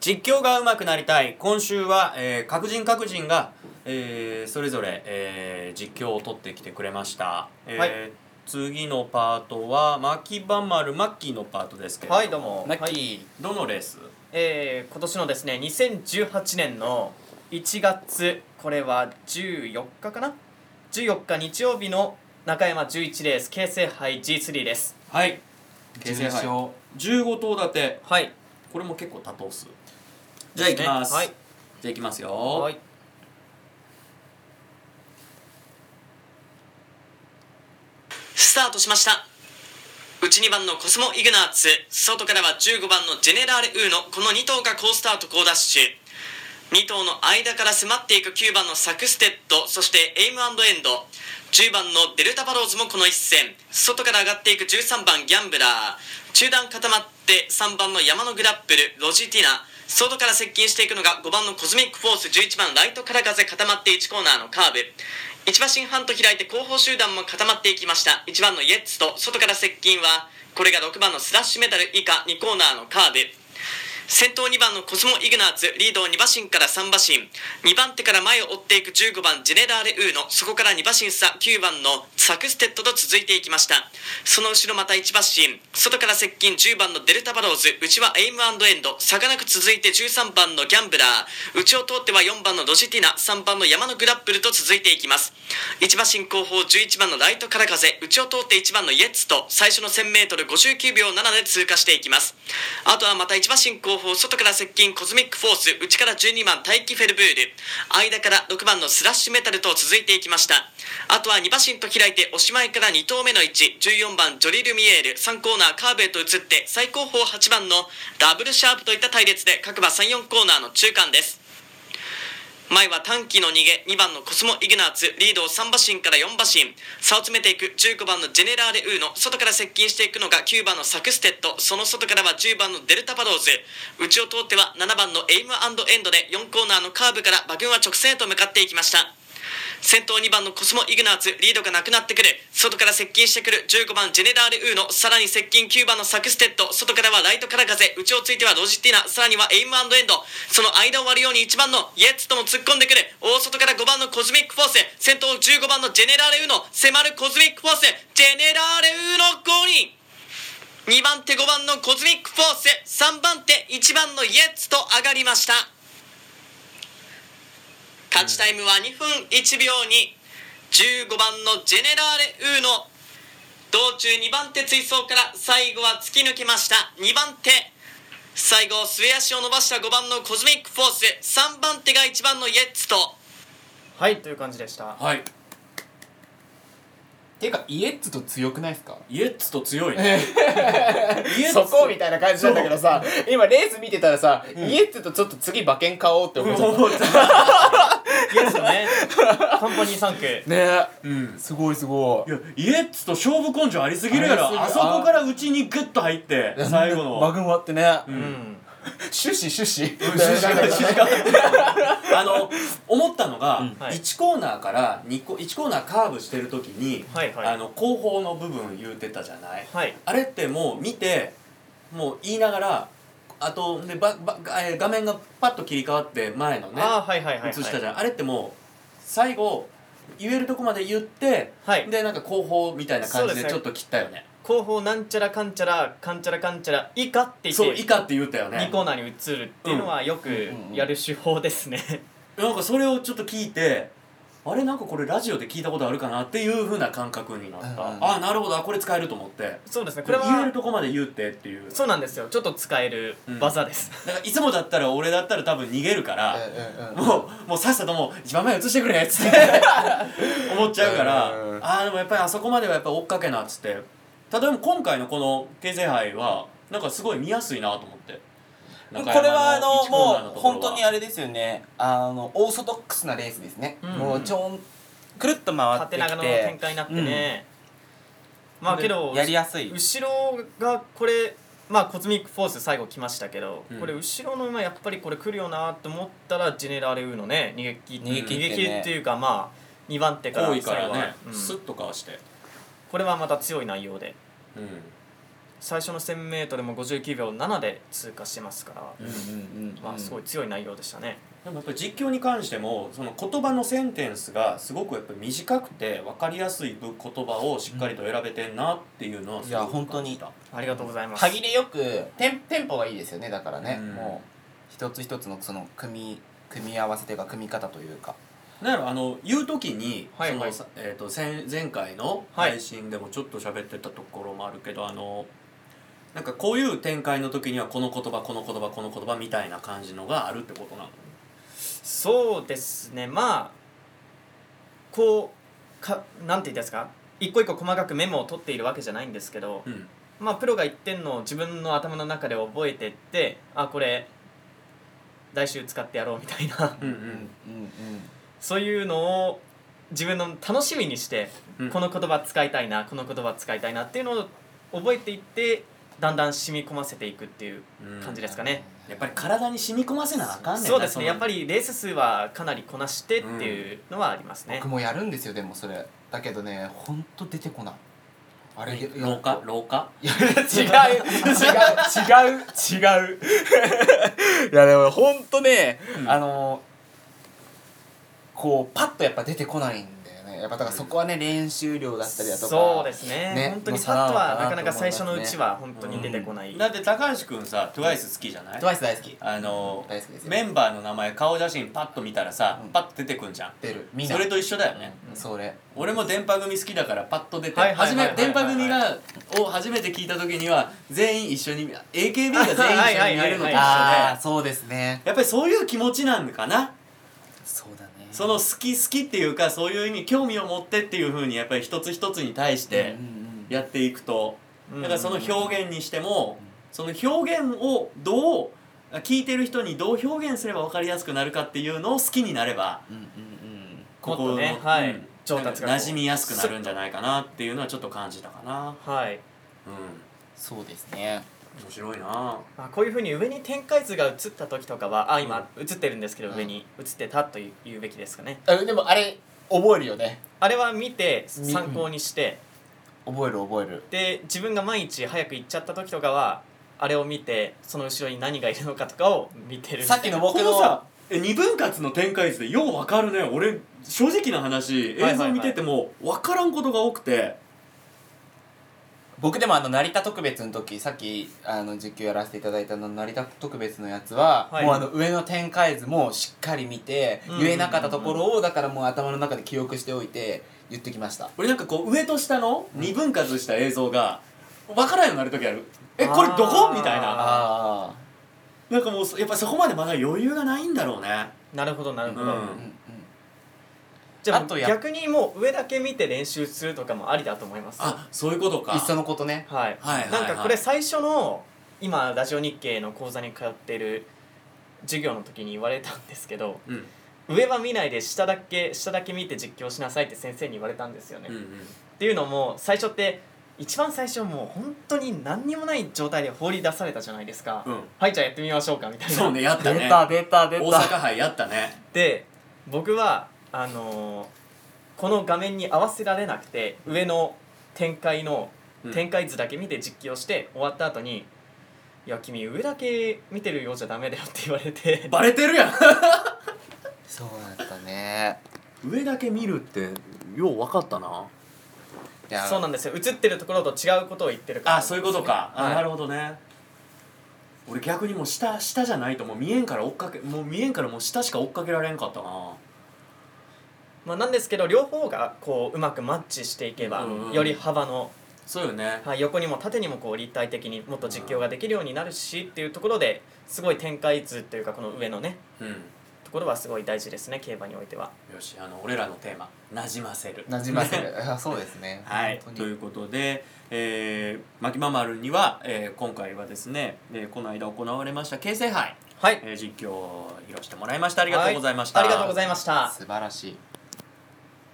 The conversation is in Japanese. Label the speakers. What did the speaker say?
Speaker 1: 実況が上手くなりたい今週は、えー、各人各人が、えー、それぞれ、えー、実況を取ってきてくれました、えー
Speaker 2: はい
Speaker 1: 次のパートは牧場丸マッキーのパートですけれども、
Speaker 2: はいどうも
Speaker 3: マッキー
Speaker 2: はい
Speaker 1: どのレース
Speaker 2: えー今年のですね2018年の1月これは14日かな14日日曜日の中山11レース京成杯 G3 です
Speaker 1: はい
Speaker 3: 重
Speaker 1: 京成杯
Speaker 3: 賞
Speaker 1: 15頭立て
Speaker 2: はい
Speaker 1: これも結構多頭数
Speaker 3: じゃあ行きます
Speaker 1: ます
Speaker 2: はい
Speaker 1: じゃあいきますよ
Speaker 2: はい
Speaker 4: スタートしました内2番のコスモ・イグナーツ外からは15番のジェネラーレ・ウーのこの2頭が好スタート好ダッシュ2頭の間から迫っていく9番のサクステッドそしてエイムエンド10番のデルタバローズもこの一戦外から上がっていく13番ギャンブラー中段固まって3番の山のグラップルロジティナ外から接近していくのが5番のコズミックフォース11番ライトから風固まって1コーナーのカーブ1馬身半と開いて後方集団も固まっていきました1番のイエッツと外から接近はこれが6番のスラッシュメダル以下2コーナーのカーブ先頭2番のコスモ・イグナーツリードを2馬身から3馬身2番手から前を追っていく15番ジェネラーレ・ウーノそこから2馬身差9番のサクステッドと続いていきましたその後ろまた1馬身外から接近10番のデルタ・バローズ内はエイムエンド差がなく続いて13番のギャンブラー内を通っては4番のロジティナ3番の山のグラップルと続いていきます1馬身後方11番のライトから風内を通って1番のイエッツと最初の 1000m59 秒7で通過していきますあとはまた1馬身後方外から接近コズミックフォース内から12番大気フェルブール間から6番のスラッシュメタルと続いていきましたあとは2馬身と開いておしまいから2投目の114番ジョリル・ミエール3コーナーカーブへと移って最後方8番のダブルシャープといった隊列で各馬34コーナーの中間です前は短期の逃げ2番のコスモ・イグナーツリードを3馬身から4馬身差を詰めていく15番のジェネラーレ・ウーの外から接近していくのが9番のサクステッドその外からは10番のデルタ・パローズ内を通っては7番のエイムエンドで4コーナーのカーブから馬群は直線へと向かっていきました先頭2番のコスモ・イグナーツリードがなくなってくる外から接近してくる15番ジェネラール・ウーノさらに接近9番のサクステッド外からはライトから風内をついてはロジティナさらにはエイムエンドその間を割るように1番のイエッツとも突っ込んでくる大外から5番のコズミック・フォース先頭15番のジェネラール・ウーノ迫るコズミック・フォースジェネラール・ウーノ5人2番手5番のコズミックフォース3番手1番のイエッツと上がりました勝ちタイムは2分1秒に15番のジェネラーレ・ウーノ道中2番手追走から最後は突き抜けました2番手最後末足を伸ばした5番のコズミックフォース3番手が1番のイエッツと
Speaker 2: はいという感じでした
Speaker 1: はい
Speaker 3: ていうかイエッツと強くないですか
Speaker 1: イエッツと強いね イエッツ
Speaker 2: そこみたいな感じなんだけどさ今レース見てたらさ、イエッツとちょっと次馬券買おうって思っちゃっ
Speaker 1: 思った
Speaker 2: イエッツね 本当に3区
Speaker 3: ねえ
Speaker 1: うん
Speaker 3: すごいすご
Speaker 1: いやイエッツと勝負根性ありすぎるやろ
Speaker 3: あ
Speaker 1: あ
Speaker 3: りす
Speaker 1: そ
Speaker 3: ぎ
Speaker 1: こからうちにグッと入って最後の
Speaker 3: バグン終わってね
Speaker 1: う
Speaker 2: うんん
Speaker 3: 終始終始
Speaker 1: あの思ったのが、
Speaker 3: ん
Speaker 2: はい
Speaker 1: 1コーナーから2コ1コーナーカーブしてる時に、
Speaker 2: はいはい
Speaker 1: あの後方の部分言うてたじゃない、
Speaker 2: はい
Speaker 1: あれってもう見てもう言いながらあとでばばえー画面がパッと切り替わって前のね
Speaker 2: ああはいはいはいはい
Speaker 1: 映したじゃんあれってもう最後言えるとこまで言って、
Speaker 2: はい
Speaker 1: でなんか後方みたいな感
Speaker 2: そう
Speaker 1: じ
Speaker 2: で
Speaker 1: ですちょ
Speaker 2: ね
Speaker 1: っと切ったよね
Speaker 2: 後方なんちゃらかんちゃらかんちゃらかんちゃら以下って言って
Speaker 1: そう以下って言ったよね
Speaker 2: 2コーナーに移るっていうのはよくやる手法ですね、
Speaker 1: なんかそれをちょっと聞いてあれなんかこれラジオで聞いたことあるかなっていうふうな感覚になった、
Speaker 3: うん
Speaker 1: ああなるほどあこれ使えると思って
Speaker 2: そうですねこ
Speaker 1: こ
Speaker 2: れ
Speaker 1: れ
Speaker 2: は
Speaker 1: 言えるとこまで言ってっていう
Speaker 2: そうなんですよちょっと使える技です、
Speaker 1: だからいつもだったら俺だったら多分逃げるから、もうもうさっさともう一番前映してくれっつって思っちゃうから、
Speaker 3: うん
Speaker 1: ああでもやっぱりあそこまではやっぱ追っかけなっつって例えば今回のこの京成杯はなんかすごい見やすいなと思って
Speaker 5: これはあの
Speaker 1: 中
Speaker 5: も
Speaker 1: 山一コーナー
Speaker 5: う
Speaker 1: ところは
Speaker 5: 本当にあれですよねあのオーソドックスなレースですね、
Speaker 2: うん
Speaker 5: もうちょんくるっと回って
Speaker 2: 縦
Speaker 5: きて
Speaker 2: 長の展開になってね、まあけど
Speaker 5: やりやすい
Speaker 2: 後ろがこれまあコズミックフォース最後来ましたけど、
Speaker 1: うん
Speaker 2: これ後ろの馬やっぱりこれ来るよなと思ったらジェネラルウーのね逃げ切
Speaker 5: 逃げ切ってね
Speaker 2: 逃げ切りっていうかまあ2番手から
Speaker 1: 多いから
Speaker 2: 最後は
Speaker 1: ね、
Speaker 2: うん
Speaker 1: スッとかわして
Speaker 2: これはまた強い内容で
Speaker 1: うん
Speaker 4: 最初の 1000m も59秒7で通過してますから、
Speaker 3: うんうんうん
Speaker 4: まあ、すごい強い内容でしたね。
Speaker 1: でもやっぱり実況に関してもその言葉のセンテンスがすごくやっぱり短くて分かりやすい言葉をしっかりと選べてんなっていうのはすごく
Speaker 2: いや本当に
Speaker 1: 感じた
Speaker 4: ありがとうございます。
Speaker 2: 歯切れよくテンテンポがいいですよねだからね、
Speaker 1: うん
Speaker 2: もう一つ一つのその組み組み合わせというか組み方というか
Speaker 1: なんやろあの言う時に、
Speaker 4: はいはい
Speaker 1: そのさえー、と先前回の
Speaker 4: はい
Speaker 1: 配信でもちょっと喋ってたところもあるけど、あのなんかこういう展開の時にはこの言葉この言葉この言葉みたいな感じのがあるってことなの
Speaker 4: そうですねまあこうかなんて言ったんですか一個一個細かくメモを取っているわけじゃないんですけど、
Speaker 1: うん
Speaker 4: まあプロが言ってんのを自分の頭の中で覚えてってあこれ来週使ってやろうみたいな
Speaker 1: うん
Speaker 2: うん
Speaker 4: そういうのを自分の楽しみにして、
Speaker 1: うん
Speaker 4: この言葉使いたいなこの言葉使いたいなっていうのを覚えていってだんだん染み込ませていくっていう
Speaker 1: うん
Speaker 4: 感じ
Speaker 1: で
Speaker 4: ですかね。
Speaker 1: やっぱり体に染み込ませなあかんねんな
Speaker 4: そうですね
Speaker 1: の
Speaker 4: やっぱりレース数はかなりこなしてっていうのはありますね、
Speaker 2: 僕もやるんですよでもそれだけどねほんと出てこないあれや
Speaker 1: 老化老化
Speaker 2: いや違う
Speaker 3: 違う違う 違ういやでもほんとね、
Speaker 1: うん
Speaker 2: あのこうパッとやっぱ出てこないんだよねやっぱだからそこはね練習量だったりだとか
Speaker 4: そうですね
Speaker 2: ね
Speaker 4: 本当に
Speaker 2: の
Speaker 4: パッ
Speaker 2: 差な
Speaker 4: と
Speaker 2: の
Speaker 4: は
Speaker 2: か
Speaker 4: な
Speaker 2: な
Speaker 4: かなか最初のうちは本
Speaker 1: 思
Speaker 4: 当
Speaker 1: いますね
Speaker 4: に出てこない、
Speaker 1: だって高橋君さ TWICE 好きじゃない、
Speaker 2: トワイス大好き
Speaker 1: あの
Speaker 2: 大好きですよ
Speaker 1: メンバーの名前顔写真パッと見たらさ、
Speaker 2: うん
Speaker 1: パッと出てくんじゃん
Speaker 2: 出るみんな
Speaker 1: それと一緒だよね、
Speaker 2: それ
Speaker 1: 俺も電波組好きだからパッと出て
Speaker 4: はい
Speaker 1: 初
Speaker 4: はいはい
Speaker 1: め
Speaker 4: はい
Speaker 1: 電波組がを初めて聞いた時には全員一緒に AKB が全員一緒に見えるのと一緒で
Speaker 4: はいはいはいはい
Speaker 2: あ
Speaker 1: や
Speaker 2: あそうですね
Speaker 1: っぱりそういう気持ちなんかな
Speaker 2: そうだね
Speaker 1: その好き好きっていうかそういう意味興味を持ってっていうふうにやっぱり一つ一つに対してやっていくと
Speaker 4: うん
Speaker 1: だからその表現にしてもその表現をどう聞いてる人にどう表現すれば分かりやすくなるかっていうのを好きになれば
Speaker 2: うんうんうん
Speaker 1: ここ
Speaker 4: もっ
Speaker 1: の、
Speaker 4: とねはい
Speaker 1: うん
Speaker 4: 上達がこう
Speaker 1: 馴染みやすくなるんじゃないかなっていうのはちょっと感じたかな。
Speaker 4: はい、
Speaker 1: うん、
Speaker 2: そうですね
Speaker 1: 面白いな。
Speaker 4: まあ、こういうふうに上に展開図が映った時とかはあ今映ってるんですけど
Speaker 2: うん
Speaker 4: 上に映ってたというべきですかね
Speaker 3: あでもあれ覚えるよね
Speaker 4: あれは見て
Speaker 2: 見
Speaker 4: 参考にして
Speaker 2: 覚える覚える
Speaker 4: で自分が毎日早く行っちゃった時とかはあれを見てその後ろに何がいるのかとかを見てる
Speaker 2: さっきの僕
Speaker 1: こ
Speaker 2: の
Speaker 1: のさ、え二分割の展開図でようわかるね。俺正直な話、
Speaker 4: はいはい
Speaker 1: 映像見ててもわからんことが多くて、
Speaker 2: 僕でもあの成田特別の時さっきあの実況やらせていただいたの成田特別のやつは、
Speaker 4: はい
Speaker 2: もうあの上の展開図もしっかり見て、
Speaker 4: うん
Speaker 2: 言えなかったところをだからもう頭の中で記憶しておいて言ってきました
Speaker 1: 俺なんかこう上と下の二分割した映像がわからんようになる時ある。えこれど
Speaker 4: あ
Speaker 1: こ
Speaker 4: ー
Speaker 1: みたいな。
Speaker 2: あ
Speaker 1: なんかもうそやっぱそこまでまだ余裕がないんだろうね。
Speaker 4: なるほどなるほど、
Speaker 1: うん
Speaker 2: あうんうん
Speaker 4: じゃあ
Speaker 2: あとや
Speaker 4: 逆にもう上だけ見て練習するとかもありだと思います
Speaker 1: あそういうことか。
Speaker 2: いっそのことね
Speaker 4: はい、
Speaker 1: はいはいはい
Speaker 4: なんかこれ最初の今ラジオ日経の講座に通ってる授業の時に言われたんですけど
Speaker 1: うん
Speaker 4: 上は見ないで下だけ下だけ見て実況しなさいって先生に言われたんですよね、
Speaker 1: うんう
Speaker 4: っ
Speaker 1: ん。
Speaker 4: ていうのも最初って一番最初もう本当に何にもない状態で放り出されたじゃないですか、
Speaker 1: うん
Speaker 4: はいじゃあやってみましょうかみたいな
Speaker 1: そうねやったね。
Speaker 2: 出た出
Speaker 1: 大阪杯やったね。
Speaker 4: で僕はあのーこの画面に合わせられなくて上の展開の
Speaker 1: うん
Speaker 4: 展開図だけ見て実況して終わった後に「いや君上だけ見てるようじゃダメだよ」って言われて
Speaker 1: バレてるやん。
Speaker 2: そうだったね
Speaker 1: 上だけ見るってよう分かったな。
Speaker 2: いや
Speaker 4: そうなんですよ映ってるところと違うことを言ってるから
Speaker 1: あそういうことか、
Speaker 4: はい
Speaker 1: あなるほどね俺逆にもう下下じゃないともう見えんから追っかけもう見えんからもう下しか追っかけられんかったな
Speaker 4: まあ、なんですけど両方がこううまくマッチしていけば、
Speaker 1: うんうん
Speaker 4: より幅の、
Speaker 1: そうよね
Speaker 4: はい、横にも縦にもこう立体的にもっと実況ができるようになるし、っていうところですごい展開図というかこの上のね
Speaker 1: うん
Speaker 4: ところはすごい大事ですね競馬においては。
Speaker 1: よしあの俺らのテーマなじませる
Speaker 2: なじませる あそうですね
Speaker 1: はい
Speaker 2: 本、当
Speaker 1: とい
Speaker 2: に
Speaker 1: うことで、えー、マキママルには、えー今回はですね、えーこの間行われました京成杯、
Speaker 4: はい
Speaker 1: えー実況を披露してもらいましたありがとうございました、
Speaker 4: ありがとうございました
Speaker 2: 素晴らしい